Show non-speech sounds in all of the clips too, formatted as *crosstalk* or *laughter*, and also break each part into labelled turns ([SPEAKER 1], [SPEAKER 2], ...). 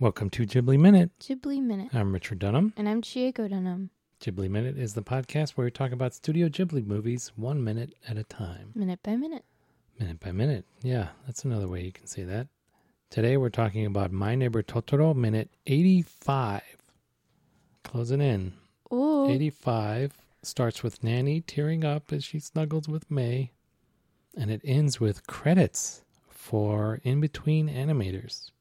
[SPEAKER 1] Welcome to Ghibli Minute.
[SPEAKER 2] Ghibli Minute.
[SPEAKER 1] I'm Richard Dunham.
[SPEAKER 2] And I'm Chieko Dunham.
[SPEAKER 1] Ghibli Minute is the podcast where we talk about Studio Ghibli movies one minute at a time,
[SPEAKER 2] Minute by minute.
[SPEAKER 1] minute by minute. Yeah, that's another way you can say that. Today we're talking about My Neighbor Totoro Minute 85. Closing in.
[SPEAKER 2] Ooh.
[SPEAKER 1] 85 starts with Nanny tearing up as she snuggles with May, and it ends with credits for in between animators.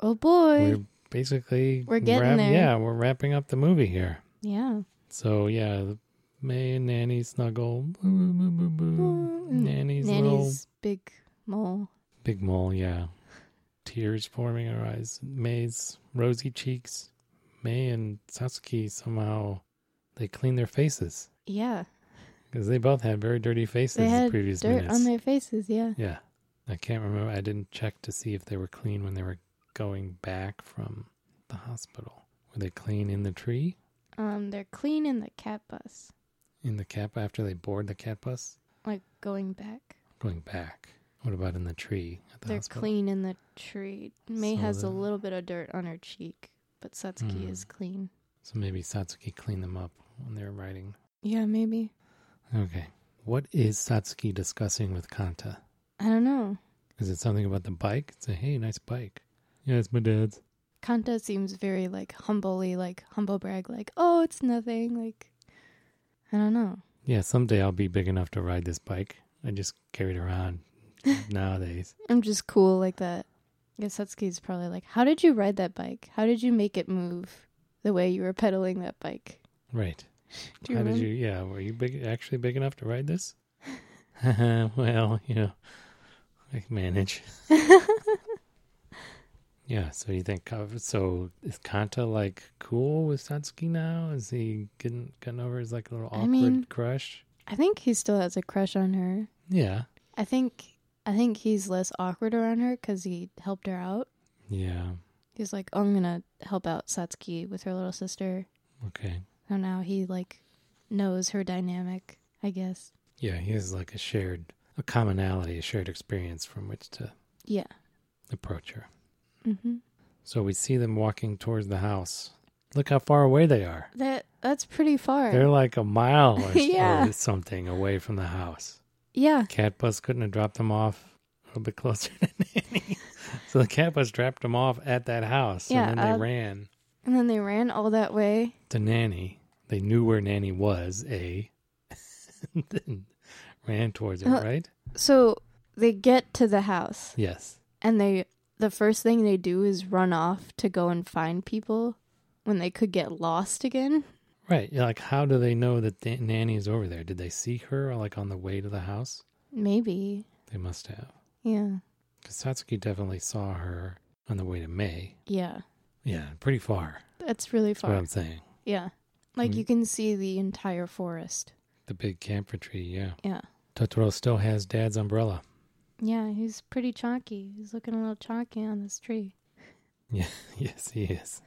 [SPEAKER 2] Oh boy.
[SPEAKER 1] We're basically
[SPEAKER 2] We're getting
[SPEAKER 1] wrap-
[SPEAKER 2] there.
[SPEAKER 1] Yeah, we're wrapping up the movie here.
[SPEAKER 2] yeah.
[SPEAKER 1] So yeah, the- May and Nanny snuggle. Boo, boo, boo, boo, boo.
[SPEAKER 2] Mm,
[SPEAKER 1] Nanny's, little
[SPEAKER 2] Nanny's big mole.
[SPEAKER 1] big mole. Yeah, tears forming her eyes. May's rosy cheeks. May and Satsuki somehow they clean their faces
[SPEAKER 2] Yeah.
[SPEAKER 1] because they both had very dirty faces
[SPEAKER 2] They
[SPEAKER 1] the
[SPEAKER 2] had
[SPEAKER 1] previous
[SPEAKER 2] dirt
[SPEAKER 1] minutes.
[SPEAKER 2] on their faces, yeah.
[SPEAKER 1] yeah, I can't remember. I didn't check to see if they were clean when they were going back from the hospital. Were they clean in the tree
[SPEAKER 2] Um, they're clean in the cat bus.
[SPEAKER 1] in the cap after they board the cat bus?
[SPEAKER 2] Like going back.
[SPEAKER 1] Going back. What about in the tree at the
[SPEAKER 2] they're
[SPEAKER 1] hospital?
[SPEAKER 2] clean in the tree. May
[SPEAKER 1] So
[SPEAKER 2] has a
[SPEAKER 1] then-
[SPEAKER 2] little bit of dirt on her cheek, but Satsuki
[SPEAKER 1] Mm.
[SPEAKER 2] is clean.
[SPEAKER 1] So maybe Satsuki cleaned them up when they were writing.
[SPEAKER 2] Yeah, maybe.
[SPEAKER 1] Okay. What is Satsuki discussing with Kanta?
[SPEAKER 2] I don't know.
[SPEAKER 1] Is it something about the bike? Say, hey, nice bike. Yeah, it's my dad's.
[SPEAKER 2] Kanta seems very like humbly, like humble brag, like, oh, it's nothing. Like, I don't know.
[SPEAKER 1] Yeah, someday I'll be big enough to ride this bike. I just carry it around *laughs* nowadays.
[SPEAKER 2] I'm just cool like that. I guess Satsuki's probably like, How did you ride that bike? How did you make it move the way you were pedaling that bike?
[SPEAKER 1] Right.
[SPEAKER 2] Do you
[SPEAKER 1] How did
[SPEAKER 2] remember?
[SPEAKER 1] you? Yeah, were you big? Actually, big enough to ride this? *laughs* well, you know, I can
[SPEAKER 2] *laughs*
[SPEAKER 1] manage. yeah. So you think Ka- so? Is Kanta like cool with Satsuki now? Is he getting gotten over his like little
[SPEAKER 2] I
[SPEAKER 1] awkward
[SPEAKER 2] mean-
[SPEAKER 1] crush?
[SPEAKER 2] I think he still has a crush on her.
[SPEAKER 1] Yeah.
[SPEAKER 2] I think I think he's less awkward around her because he helped her out.
[SPEAKER 1] Yeah.
[SPEAKER 2] He's like, oh, I'm gonna help out Satsuki with her little sister.
[SPEAKER 1] Okay.
[SPEAKER 2] So now he like knows her dynamic, I guess.
[SPEAKER 1] Yeah. He has like a shared, a commonality, a shared experience from which to
[SPEAKER 2] Yeah.
[SPEAKER 1] approach her.
[SPEAKER 2] hmm
[SPEAKER 1] So we see them walking towards the house. Look how far away they are.
[SPEAKER 2] That that's pretty far.
[SPEAKER 1] They're like a
[SPEAKER 2] *laughs*
[SPEAKER 1] mile or,
[SPEAKER 2] Yeah.
[SPEAKER 1] or something away from the house.
[SPEAKER 2] yeah.
[SPEAKER 1] Cat bus couldn't have dropped them off a little bit closer *laughs* to Nanny. so the cat bus dropped them off at that house,
[SPEAKER 2] Yeah,
[SPEAKER 1] and then they
[SPEAKER 2] uh,
[SPEAKER 1] ran
[SPEAKER 2] And then they ran all that way.
[SPEAKER 1] to Nanny. They knew where Nanny was, a, *laughs* and then ran towards her.
[SPEAKER 2] Uh,
[SPEAKER 1] right?
[SPEAKER 2] So they get to the house.
[SPEAKER 1] Yes.
[SPEAKER 2] and they the first thing they do is run off to go and find people when they could get lost again.
[SPEAKER 1] Right. You're Like, how do they know that Dan- Nanny is over there? Did they see her like on the way to the house?
[SPEAKER 2] Maybe.
[SPEAKER 1] They must have,
[SPEAKER 2] Yeah.
[SPEAKER 1] because Satsuki definitely saw her on the way to May.
[SPEAKER 2] Yeah.
[SPEAKER 1] Yeah, pretty far.
[SPEAKER 2] That's really
[SPEAKER 1] That's what
[SPEAKER 2] far.
[SPEAKER 1] I'm saying.
[SPEAKER 2] Yeah. Like
[SPEAKER 1] Mm.
[SPEAKER 2] you can see the entire forest.
[SPEAKER 1] The big camphor tree, yeah.
[SPEAKER 2] Yeah.
[SPEAKER 1] Totoro still has dad's umbrella.
[SPEAKER 2] Yeah, he's pretty chonky. He's looking a little chonky on this tree.
[SPEAKER 1] *laughs* Yes, he is.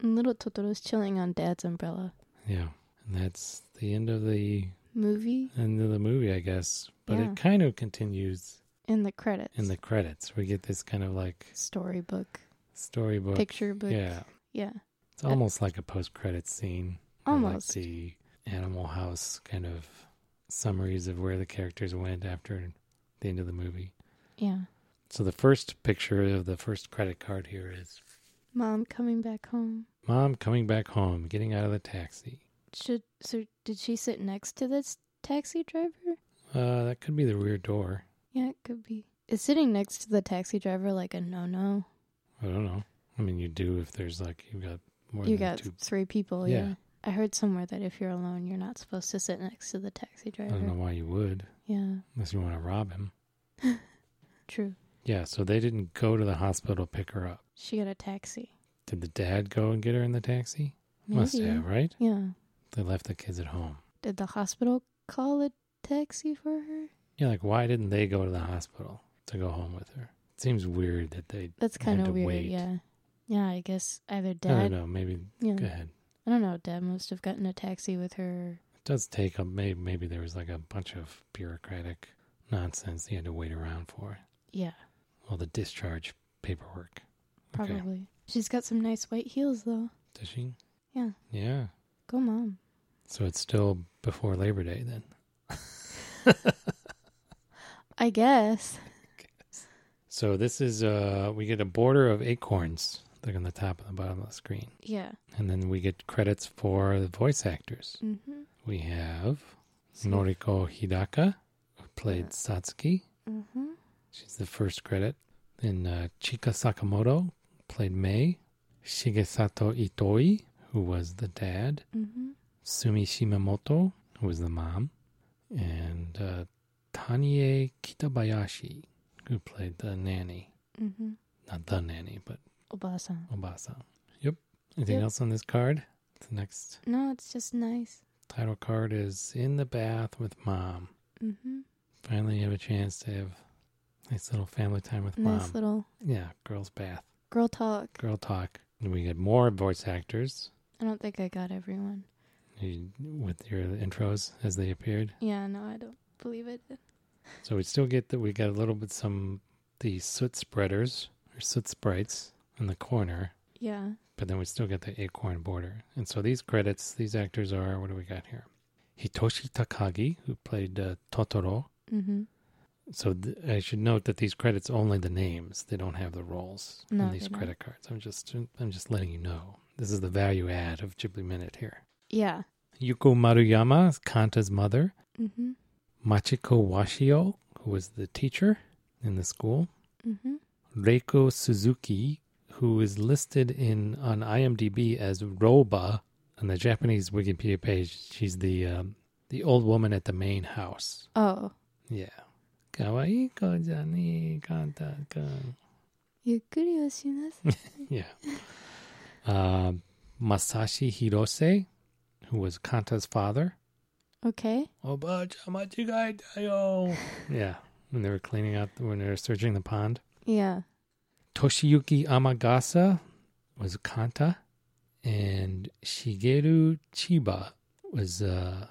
[SPEAKER 2] And little Totoro's chilling on Dad's umbrella.
[SPEAKER 1] Yeah. And that's the end of the
[SPEAKER 2] Movie
[SPEAKER 1] end of the movie, I guess. But
[SPEAKER 2] Yeah.
[SPEAKER 1] it kind of continues
[SPEAKER 2] in the credits.
[SPEAKER 1] in the credits. We get this kind of like
[SPEAKER 2] storybook,
[SPEAKER 1] storybook.
[SPEAKER 2] picture book.
[SPEAKER 1] Yeah.
[SPEAKER 2] Yeah.
[SPEAKER 1] It's almost like a post credit scene. or
[SPEAKER 2] Almost.
[SPEAKER 1] Like the Animal House kind of summaries of where the characters went after the end of the movie.
[SPEAKER 2] Yeah.
[SPEAKER 1] So the first picture of the first credit card here is
[SPEAKER 2] Mom coming back home.
[SPEAKER 1] Mom coming back home, getting out of the taxi.
[SPEAKER 2] Should so did she sit next to this taxi driver?
[SPEAKER 1] Uh, that could be the rear door.
[SPEAKER 2] Yeah, it could be. Is sitting next to the taxi driver like a no no?
[SPEAKER 1] I don't know. I mean, you do if there's like you've got more
[SPEAKER 2] You
[SPEAKER 1] than
[SPEAKER 2] got
[SPEAKER 1] two.
[SPEAKER 2] three people,
[SPEAKER 1] Yeah.
[SPEAKER 2] yeah. I heard somewhere that if you're alone, you're not supposed to sit next to the taxi
[SPEAKER 1] I
[SPEAKER 2] driver.
[SPEAKER 1] don't know why you would,
[SPEAKER 2] Yeah,
[SPEAKER 1] unless you want to rob him.
[SPEAKER 2] true.
[SPEAKER 1] Yeah. So they didn't go to the hospital to pick her up.
[SPEAKER 2] She got a taxi.
[SPEAKER 1] Did the dad go and get her in the taxi? Must
[SPEAKER 2] Maybe.
[SPEAKER 1] have, right?
[SPEAKER 2] Yeah.
[SPEAKER 1] They left the kids at home.
[SPEAKER 2] Did the hospital call a taxi for her?
[SPEAKER 1] Yeah. Like, why didn't they go to the hospital to go home with her? It seems weird that they.
[SPEAKER 2] That's
[SPEAKER 1] Had
[SPEAKER 2] kind of
[SPEAKER 1] to
[SPEAKER 2] weird.
[SPEAKER 1] wait.
[SPEAKER 2] Yeah. Yeah, I guess either
[SPEAKER 1] I don't
[SPEAKER 2] dad. Mm.
[SPEAKER 1] know. Maybe.
[SPEAKER 2] yeah.
[SPEAKER 1] Go ahead.
[SPEAKER 2] I don't know. Dad must have gotten a taxi with her.
[SPEAKER 1] It does take up. Maybe, maybe there was like a bunch of bureaucratic nonsense he had to wait around for.
[SPEAKER 2] Yeah,
[SPEAKER 1] All the discharge paperwork. Okay.
[SPEAKER 2] probably. She's got some nice white heels, though.
[SPEAKER 1] Does she?
[SPEAKER 2] Yeah.
[SPEAKER 1] Yeah.
[SPEAKER 2] Go, mom.
[SPEAKER 1] So it's still before Labor Day then.
[SPEAKER 2] I guess.
[SPEAKER 1] So this is uh we get a border of acorns. They're on the top and the bottom of the screen.
[SPEAKER 2] Yeah.
[SPEAKER 1] And then we get credits for the voice actors.
[SPEAKER 2] Mm-hmm.
[SPEAKER 1] We have Noriko Hidaka, who played Satsuki.
[SPEAKER 2] Mm-hmm.
[SPEAKER 1] She's the first credit. Then uh, Chika Sakamoto played Mei. Shigesato Itoi, who was the dad.
[SPEAKER 2] Mm-hmm.
[SPEAKER 1] Sumi Shimamoto, who was the mom. And uh, Tanie Kitabayashi, who played the nanny.
[SPEAKER 2] Mm-hmm.
[SPEAKER 1] Not the nanny, but
[SPEAKER 2] Obasa.
[SPEAKER 1] Obasa. Yep. Anything
[SPEAKER 2] Yep.
[SPEAKER 1] else on this card? The next
[SPEAKER 2] No, it's just nice.
[SPEAKER 1] title card is In the Bath with Mom.
[SPEAKER 2] Mm-hmm.
[SPEAKER 1] Finally, you have a chance to have nice little family time with mom.
[SPEAKER 2] Nice little
[SPEAKER 1] yeah, girls' bath,
[SPEAKER 2] girl talk.
[SPEAKER 1] girl talk. And we get more voice actors
[SPEAKER 2] I don't think I got everyone.
[SPEAKER 1] you- with your intros as they appeared.
[SPEAKER 2] Yeah, no, I don't believe it.
[SPEAKER 1] So we still get that we got a little bit some the soot spreaders or soot sprites in the corner,
[SPEAKER 2] Yeah.
[SPEAKER 1] but then we still get the acorn border. And so these credits, these actors are what do we got here? Hitoshi Takagi, who played uh, Totoro.
[SPEAKER 2] Mm-hmm.
[SPEAKER 1] So th- I should note that these credits only the names; they don't have the roles
[SPEAKER 2] No,
[SPEAKER 1] on these
[SPEAKER 2] they don't.
[SPEAKER 1] credit cards. I'm just I'm just letting you know this is the value add of Ghibli Minute here.
[SPEAKER 2] Yeah.
[SPEAKER 1] Yuko Maruyama, is Kanta's mother,
[SPEAKER 2] Mm-hmm.
[SPEAKER 1] Machiko Washio, who was the teacher in the school,
[SPEAKER 2] Mm-hmm.
[SPEAKER 1] Reiko Suzuki, who is listed in on IMDb as Roba on the Japanese Wikipedia page. She's the um, the old woman at the main house.
[SPEAKER 2] Oh.
[SPEAKER 1] Yeah. Kawaii jani kanta
[SPEAKER 2] Yukuri o shinasu.
[SPEAKER 1] Yeah. Uh, Masashi Hirose, who was Kanta's father.
[SPEAKER 2] okay.
[SPEAKER 1] Obacha machigai dayo. *laughs* Yeah. When they were cleaning out, when they were searching the pond.
[SPEAKER 2] Yeah.
[SPEAKER 1] Toshiyuki Amagasa was Kanta. And Shigeru Chiba was, uh,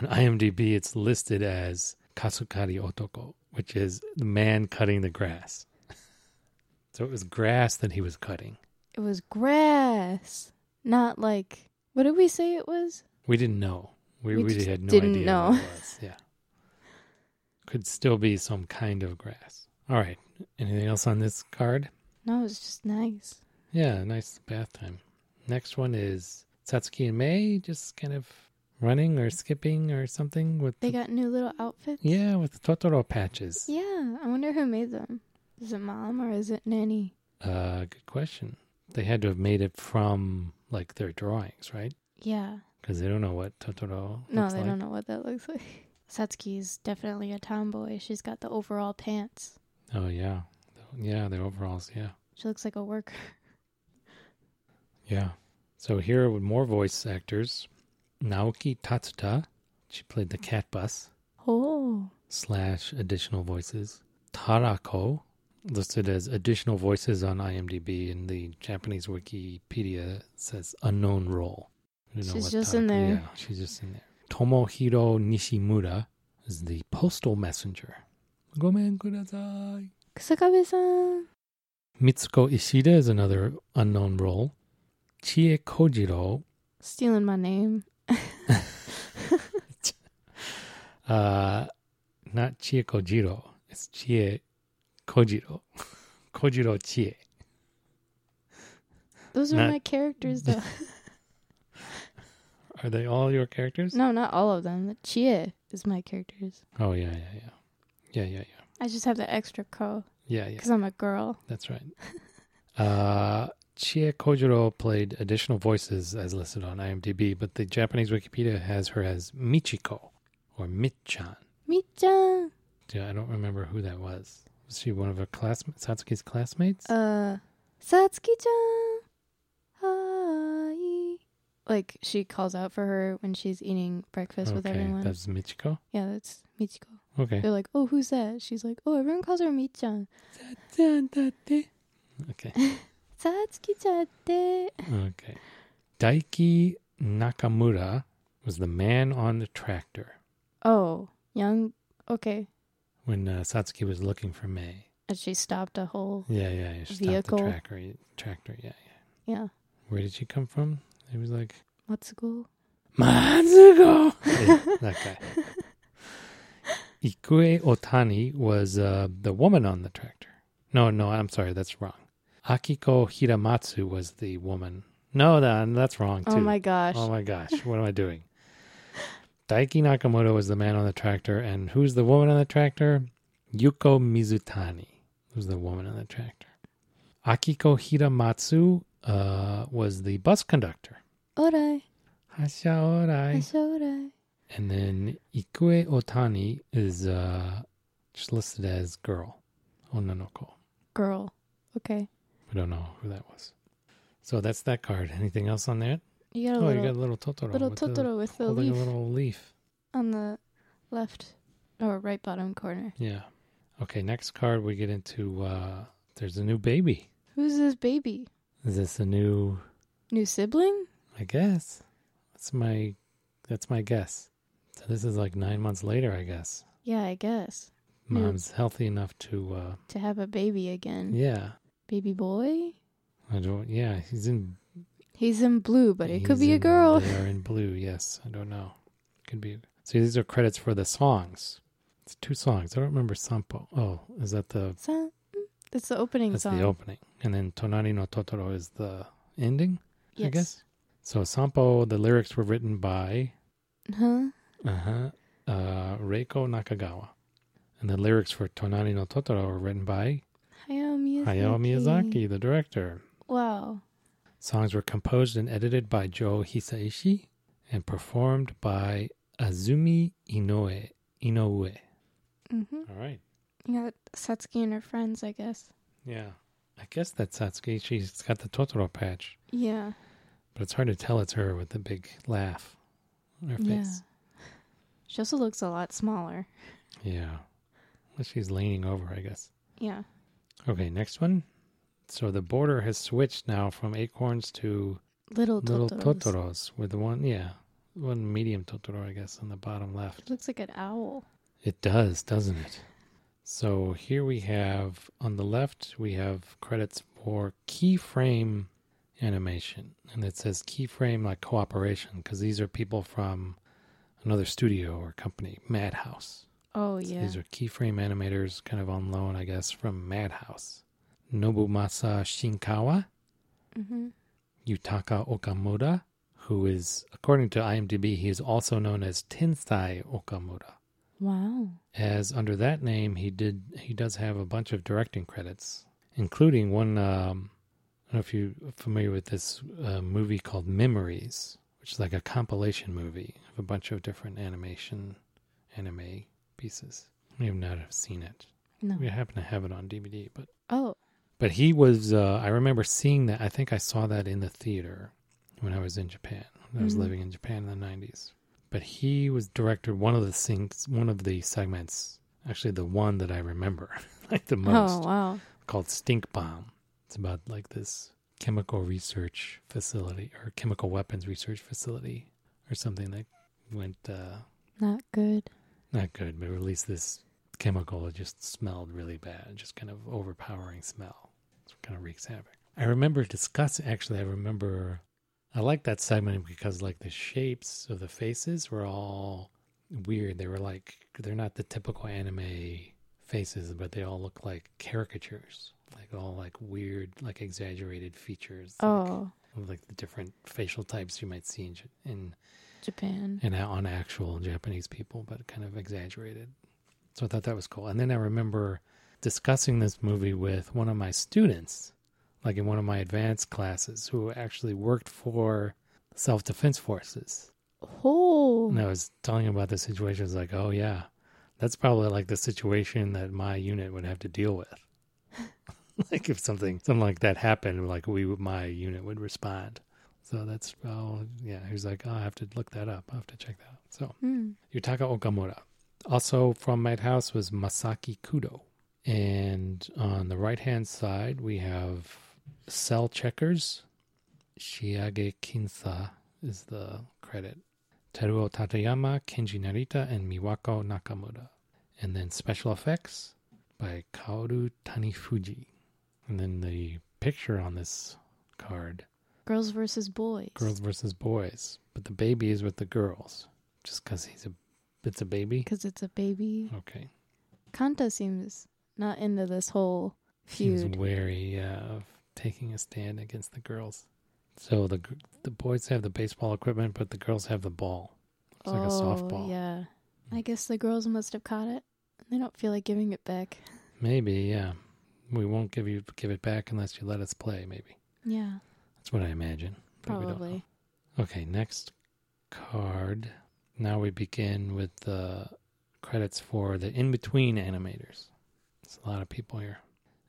[SPEAKER 1] on IMDb, it's listed as Kasukari Otoko, which is the man cutting the grass. *laughs* so it was grass that he was cutting.
[SPEAKER 2] It was grass, not like what did we say it was?
[SPEAKER 1] We didn't know. We,
[SPEAKER 2] We
[SPEAKER 1] really
[SPEAKER 2] just
[SPEAKER 1] had no
[SPEAKER 2] didn't
[SPEAKER 1] idea
[SPEAKER 2] know.
[SPEAKER 1] what it was. *laughs* Yeah. Could still be some kind of grass. All right. Anything else on this card?
[SPEAKER 2] No, it was just nice.
[SPEAKER 1] Yeah, nice bath time. Next one is Satsuki and May just kind of running or skipping or something with
[SPEAKER 2] They
[SPEAKER 1] the,
[SPEAKER 2] got new little outfits.
[SPEAKER 1] yeah with the Totoro patches.
[SPEAKER 2] Yeah, I wonder who made them. Is it mom or is it nanny?
[SPEAKER 1] Uh, good question. They had to have made it from like their drawings, right?
[SPEAKER 2] Yeah.
[SPEAKER 1] Because they don't know what Totoro
[SPEAKER 2] No,
[SPEAKER 1] looks
[SPEAKER 2] they
[SPEAKER 1] like.
[SPEAKER 2] don't know what that looks like. Satsuki's definitely a tomboy. She's got the overall pants.
[SPEAKER 1] Oh yeah, yeah, the overalls, yeah,
[SPEAKER 2] She looks like a worker.
[SPEAKER 1] yeah. So here with more voice actors, Naoki Tatsuta, she played the cat bus.
[SPEAKER 2] *laughs* Oh.
[SPEAKER 1] slash additional voices. Tarako, listed as additional voices on IMDb, and the Japanese Wikipedia says unknown role. I don't know
[SPEAKER 2] She's
[SPEAKER 1] what
[SPEAKER 2] just in
[SPEAKER 1] Tarako-
[SPEAKER 2] there.
[SPEAKER 1] Yeah, she's just in there. Tomohiro Nishimura is the postal messenger. Gomen kudasai.
[SPEAKER 2] Kusakabe-san.
[SPEAKER 1] Mitsuko Ishida is another unknown role. Chie Kojiro,
[SPEAKER 2] Stealing my name.
[SPEAKER 1] uh, not Chie Kojiro, it's Chie Kojiro. *laughs* Kojiro Chie.
[SPEAKER 2] Those are
[SPEAKER 1] Not-
[SPEAKER 2] my
[SPEAKER 1] *laughs*
[SPEAKER 2] characters, though.
[SPEAKER 1] Are they all your characters?
[SPEAKER 2] no, not all of them. The Chia is my characters.
[SPEAKER 1] Oh yeah, yeah, yeah, yeah, yeah,
[SPEAKER 2] I just have the extra co
[SPEAKER 1] yeah, yeah, yeah.
[SPEAKER 2] because I'm a girl.
[SPEAKER 1] That's right. *laughs* uh, Chie Kojiro played additional voices as listed on IMDb, but the Japanese Wikipedia has her as Michiko or Mitchan.
[SPEAKER 2] Michan.
[SPEAKER 1] Yeah, I don't remember who that was. Was she one of her classmates, Satsuki's classmates?
[SPEAKER 2] Uh, Satsuki-chan. Hi. Like she calls out for her when she's eating breakfast with
[SPEAKER 1] okay,
[SPEAKER 2] everyone.
[SPEAKER 1] that's Michiko.
[SPEAKER 2] Yeah, that's Michiko.
[SPEAKER 1] Okay.
[SPEAKER 2] They're like, "Oh, who's that?" She's like, "Oh, everyone calls her Michan."
[SPEAKER 1] Okay.
[SPEAKER 2] Satsuki-chan. de."
[SPEAKER 1] Okay. Daiki Nakamura was the man on the tractor
[SPEAKER 2] Oh, young. Okay,
[SPEAKER 1] when uh, Satsuki was looking for May.
[SPEAKER 2] and she stopped a whole.
[SPEAKER 1] Yeah, yeah, yeah. Stop
[SPEAKER 2] Vehicle.
[SPEAKER 1] the tracker, tractor. Yeah, yeah.
[SPEAKER 2] Yeah.
[SPEAKER 1] Where did she come from? He was like,
[SPEAKER 2] Matsuko. *laughs*
[SPEAKER 1] Matsuko! yeah, *laughs* that guy. Ikue Otani was uh, the woman on the tractor. No, no, I'm sorry, that's wrong. Akiko Hiramatsu was the woman. No, that, that's wrong too.
[SPEAKER 2] Oh my gosh.
[SPEAKER 1] Oh my gosh, what am I
[SPEAKER 2] *laughs*
[SPEAKER 1] doing? Daiki Nakamoto was the man on the tractor, and who's the woman on the tractor? Yuko Mizutani was the woman on the tractor. Akiko Hiramatsu uh, was the bus conductor.
[SPEAKER 2] Orai.
[SPEAKER 1] Hasha orai.
[SPEAKER 2] Orai.
[SPEAKER 1] And then Ikue Otani is uh, just listed as girl, Onanoko.
[SPEAKER 2] Girl. Okay.
[SPEAKER 1] We don't know who that was. So that's that card. Anything else on that?
[SPEAKER 2] You got a
[SPEAKER 1] Oh, you
[SPEAKER 2] little,
[SPEAKER 1] got a little Totoro.
[SPEAKER 2] little
[SPEAKER 1] with the-
[SPEAKER 2] Totoro with the
[SPEAKER 1] holding
[SPEAKER 2] leaf
[SPEAKER 1] a little leaf.
[SPEAKER 2] on the left or right bottom corner.
[SPEAKER 1] Yeah. Okay, next card we get into uh there's a new baby.
[SPEAKER 2] Who's this baby?
[SPEAKER 1] Is this a new
[SPEAKER 2] New sibling?
[SPEAKER 1] I guess. That's my that's my guess. So this is like nine months later, I guess.
[SPEAKER 2] Yeah, I guess. Yeah.
[SPEAKER 1] Mom's healthy enough to uh
[SPEAKER 2] To have a baby again.
[SPEAKER 1] yeah.
[SPEAKER 2] Baby boy?
[SPEAKER 1] I don't yeah, he's in
[SPEAKER 2] He's in blue, but it could
[SPEAKER 1] he's
[SPEAKER 2] be a
[SPEAKER 1] in-
[SPEAKER 2] girl.
[SPEAKER 1] They are in blue, yes. I don't know. Could be see these are credits for the songs. It's two songs. I don't remember Sampo. Oh, is that the
[SPEAKER 2] Son- That's the opening
[SPEAKER 1] that's
[SPEAKER 2] song.
[SPEAKER 1] the opening. And then Tonari no Totoro is the ending?
[SPEAKER 2] yes.
[SPEAKER 1] I guess. So Sampo, the lyrics were written by
[SPEAKER 2] Huh?
[SPEAKER 1] uh-huh, uh, Reiko Nakagawa. And the lyrics for Tonari no Totoro were written by
[SPEAKER 2] Hayao Miyazaki.
[SPEAKER 1] Hayao Miyazaki, the director.
[SPEAKER 2] Wow.
[SPEAKER 1] Songs were composed and edited by Joe Hisaishi and performed by Azumi Inoue. Inoue.
[SPEAKER 2] Mm-hmm.
[SPEAKER 1] All right.
[SPEAKER 2] You got Satsuki and her friends, I guess.
[SPEAKER 1] Yeah. I guess that's Satsuki. She's got the Totoro patch,
[SPEAKER 2] Yeah.
[SPEAKER 1] but it's hard to tell it's her with the big laugh on her
[SPEAKER 2] Yeah.
[SPEAKER 1] face.
[SPEAKER 2] She also looks a lot smaller.
[SPEAKER 1] Yeah. Well, she's leaning over, I guess.
[SPEAKER 2] Yeah.
[SPEAKER 1] Okay, next one. So the border has switched now from acorns to
[SPEAKER 2] Little
[SPEAKER 1] little
[SPEAKER 2] Totoro.
[SPEAKER 1] totoros with the one, yeah, one medium totoro, I guess, on the bottom left.
[SPEAKER 2] Looks like an owl.
[SPEAKER 1] It does, doesn't it? So here we have on the left we have credits for keyframe animation, and it says keyframe like cooperation because these are people from another studio or company, Madhouse.
[SPEAKER 2] Oh,
[SPEAKER 1] So
[SPEAKER 2] yeah.
[SPEAKER 1] These are keyframe animators, kind of on loan, I guess, from Madhouse. Nobumasa Shinkawa,
[SPEAKER 2] mm-hmm.
[SPEAKER 1] Yutaka Okamura, who is, according to IMDb, he is also known as Tensai Okamura.
[SPEAKER 2] Wow.
[SPEAKER 1] As under that name, he did he does have a bunch of directing credits, including one. Um, I don't know if you're familiar with this uh, movie called Memories, which is like a compilation movie of a bunch of different animation, anime pieces. I have not have seen it.
[SPEAKER 2] No.
[SPEAKER 1] We happen to have it on DVD, but
[SPEAKER 2] Oh,
[SPEAKER 1] but he was. Uh, I remember seeing that. I think I saw that in the theater when I was in Japan. When I was
[SPEAKER 2] Mhm.
[SPEAKER 1] living in Japan in the nineties. But he was directed one of the things, one of the segments. Actually, the one that I remember *laughs* like the most
[SPEAKER 2] oh wow.
[SPEAKER 1] called Stink Bomb. It's about like this chemical research facility or chemical weapons research facility or something that went uh,
[SPEAKER 2] Not good.
[SPEAKER 1] not good, but released this chemical that just smelled really bad, just kind of overpowering smell. It kind of wreaks havoc. I remember discussing, actually, I remember, I like that segment because like the shapes of the faces were all weird. They were like, they're not the typical anime faces, but they all look like caricatures, like all like weird, like exaggerated features. Like,
[SPEAKER 2] Oh,
[SPEAKER 1] of like the different facial types you might see in, J- in
[SPEAKER 2] Japan.
[SPEAKER 1] and on actual Japanese people, but kind of exaggerated. So I thought that was cool. And then I remember discussing this movie with one of my students, like in one of my advanced classes, who actually worked for self defense forces.
[SPEAKER 2] Oh,
[SPEAKER 1] And I was telling him about the situation. I was like, oh, yeah, that's probably like the situation that my unit would have to deal with. *laughs* like if something something like that happened, like we my unit would respond. So that's oh yeah. He was like, oh, I have to look that up. I have to check that out. So
[SPEAKER 2] Hmm.
[SPEAKER 1] Yutaka Okamura. Also from Madhouse was Masaki Kudo. And on the right hand side, we have Cell Checkers. Shiage Kinsa is the credit. Teruo Tateyama, Kenji Narita, and Miwako Nakamura. And then special effects by Kaoru Tanifuji. And then the picture on this card
[SPEAKER 2] Girls versus boys.
[SPEAKER 1] girls versus boys, but the baby is with the girls just because he's a it's a baby.
[SPEAKER 2] Because it's a baby.
[SPEAKER 1] Okay,
[SPEAKER 2] Kanta seems not into this whole
[SPEAKER 1] he's
[SPEAKER 2] feud.
[SPEAKER 1] wary yeah, of taking a stand against the girls. So the gr- the boys have the baseball equipment, but the girls have the ball. It's like a softball.
[SPEAKER 2] Oh,
[SPEAKER 1] Hmm.
[SPEAKER 2] Yeah. I guess the girls must have caught it. They don't feel like giving it back.
[SPEAKER 1] Maybe yeah. We won't give you give it back unless you let us play. Maybe
[SPEAKER 2] Yeah,
[SPEAKER 1] that's what I imagine. but we don't know.
[SPEAKER 2] probably.
[SPEAKER 1] Okay, next card. Now we begin with the credits for the in between animators. It's a lot of people here.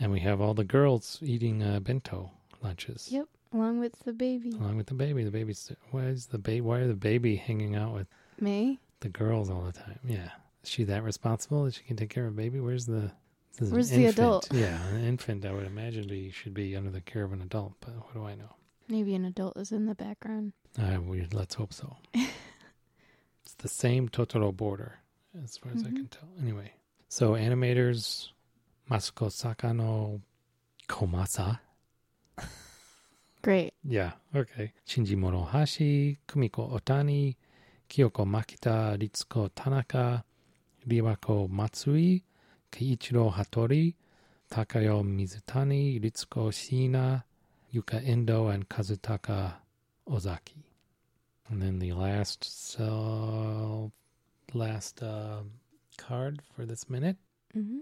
[SPEAKER 1] And we have all the girls eating uh, bento lunches.
[SPEAKER 2] Yep, along with the baby.
[SPEAKER 1] Along with the baby. The baby's why is the ba- why are the baby hanging out with
[SPEAKER 2] May,
[SPEAKER 1] the girls all the time? Yeah. Is she that responsible that she can take care of a baby? Where's the this is an
[SPEAKER 2] Where's the
[SPEAKER 1] infant.
[SPEAKER 2] adult?
[SPEAKER 1] *laughs* Yeah, an infant I would imagine he should be under the care of an adult, but what do I know?
[SPEAKER 2] maybe an adult is in the background.
[SPEAKER 1] Uh, we, let's hope
[SPEAKER 2] *laughs*
[SPEAKER 1] so. it's the same Totoro border, as far as I
[SPEAKER 2] Mhm.
[SPEAKER 1] can tell. Anyway, so animators Masuko Sakano Komasa.
[SPEAKER 2] Great.
[SPEAKER 1] Yeah, okay. Shinji Morohashi, Kumiko Otani, Kyoko Makita, Ritsuko Tanaka, Riwako Matsui, Keiichiro Hattori, Takayo Mizutani, Ritsuko Shina, Yuka Endo, and Kazutaka Ozaki. And then the last cell, last uh, card for this minute.
[SPEAKER 2] hmm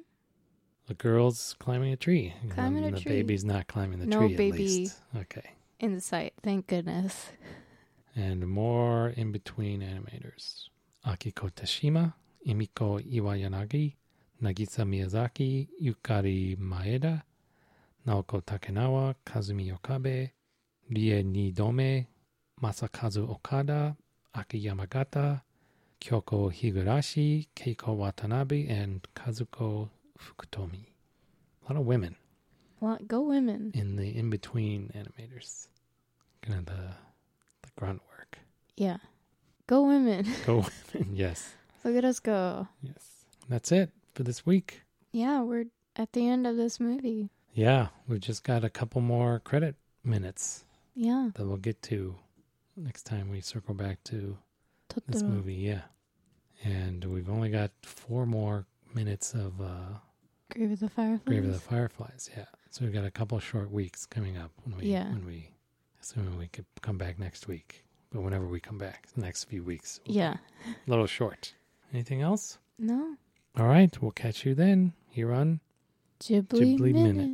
[SPEAKER 1] The girl's climbing a tree.
[SPEAKER 2] Climbing a
[SPEAKER 1] and the
[SPEAKER 2] tree.
[SPEAKER 1] baby's not climbing the
[SPEAKER 2] No
[SPEAKER 1] tree, at
[SPEAKER 2] baby.
[SPEAKER 1] least. Okay.
[SPEAKER 2] In sight, thank goodness.
[SPEAKER 1] and more in between animators. Akiko Teshima, Imiko Iwayanagi, Nagisa Miyazaki, Yukari Maeda, Naoko Takenawa, Kazumi Okabe, Rie Nidome, Masakazu Okada, Aki Yamagata, Kyoko Higurashi, Keiko Watanabe, and Kazuko Fukutomi. A lot of women
[SPEAKER 2] Well, go women.
[SPEAKER 1] in the in between animators. Kind of the, the grunt work. *laughs*
[SPEAKER 2] Yeah. Go women. *laughs*
[SPEAKER 1] Go women. Yes.
[SPEAKER 2] Look at us go.
[SPEAKER 1] Yes. And That's it for this week.
[SPEAKER 2] Yeah, we're at the end of this movie.
[SPEAKER 1] Yeah. We've just got a couple more credit minutes
[SPEAKER 2] Yeah.
[SPEAKER 1] that we'll get to next time we circle back to this
[SPEAKER 2] Totoro.
[SPEAKER 1] movie. Yeah. And we've only got four more minutes of uh,
[SPEAKER 2] Grave of the Fireflies.
[SPEAKER 1] Grave of the Fireflies. Yeah. So we've got a couple short weeks coming up when we,
[SPEAKER 2] Yeah.
[SPEAKER 1] when we, assuming we could come back next week. But whenever we come back, the next few weeks,
[SPEAKER 2] yeah.
[SPEAKER 1] a little short. Anything else?
[SPEAKER 2] No.
[SPEAKER 1] All right. We'll catch you then here on
[SPEAKER 2] Ghibli,
[SPEAKER 1] Ghibli Minute.
[SPEAKER 2] minute.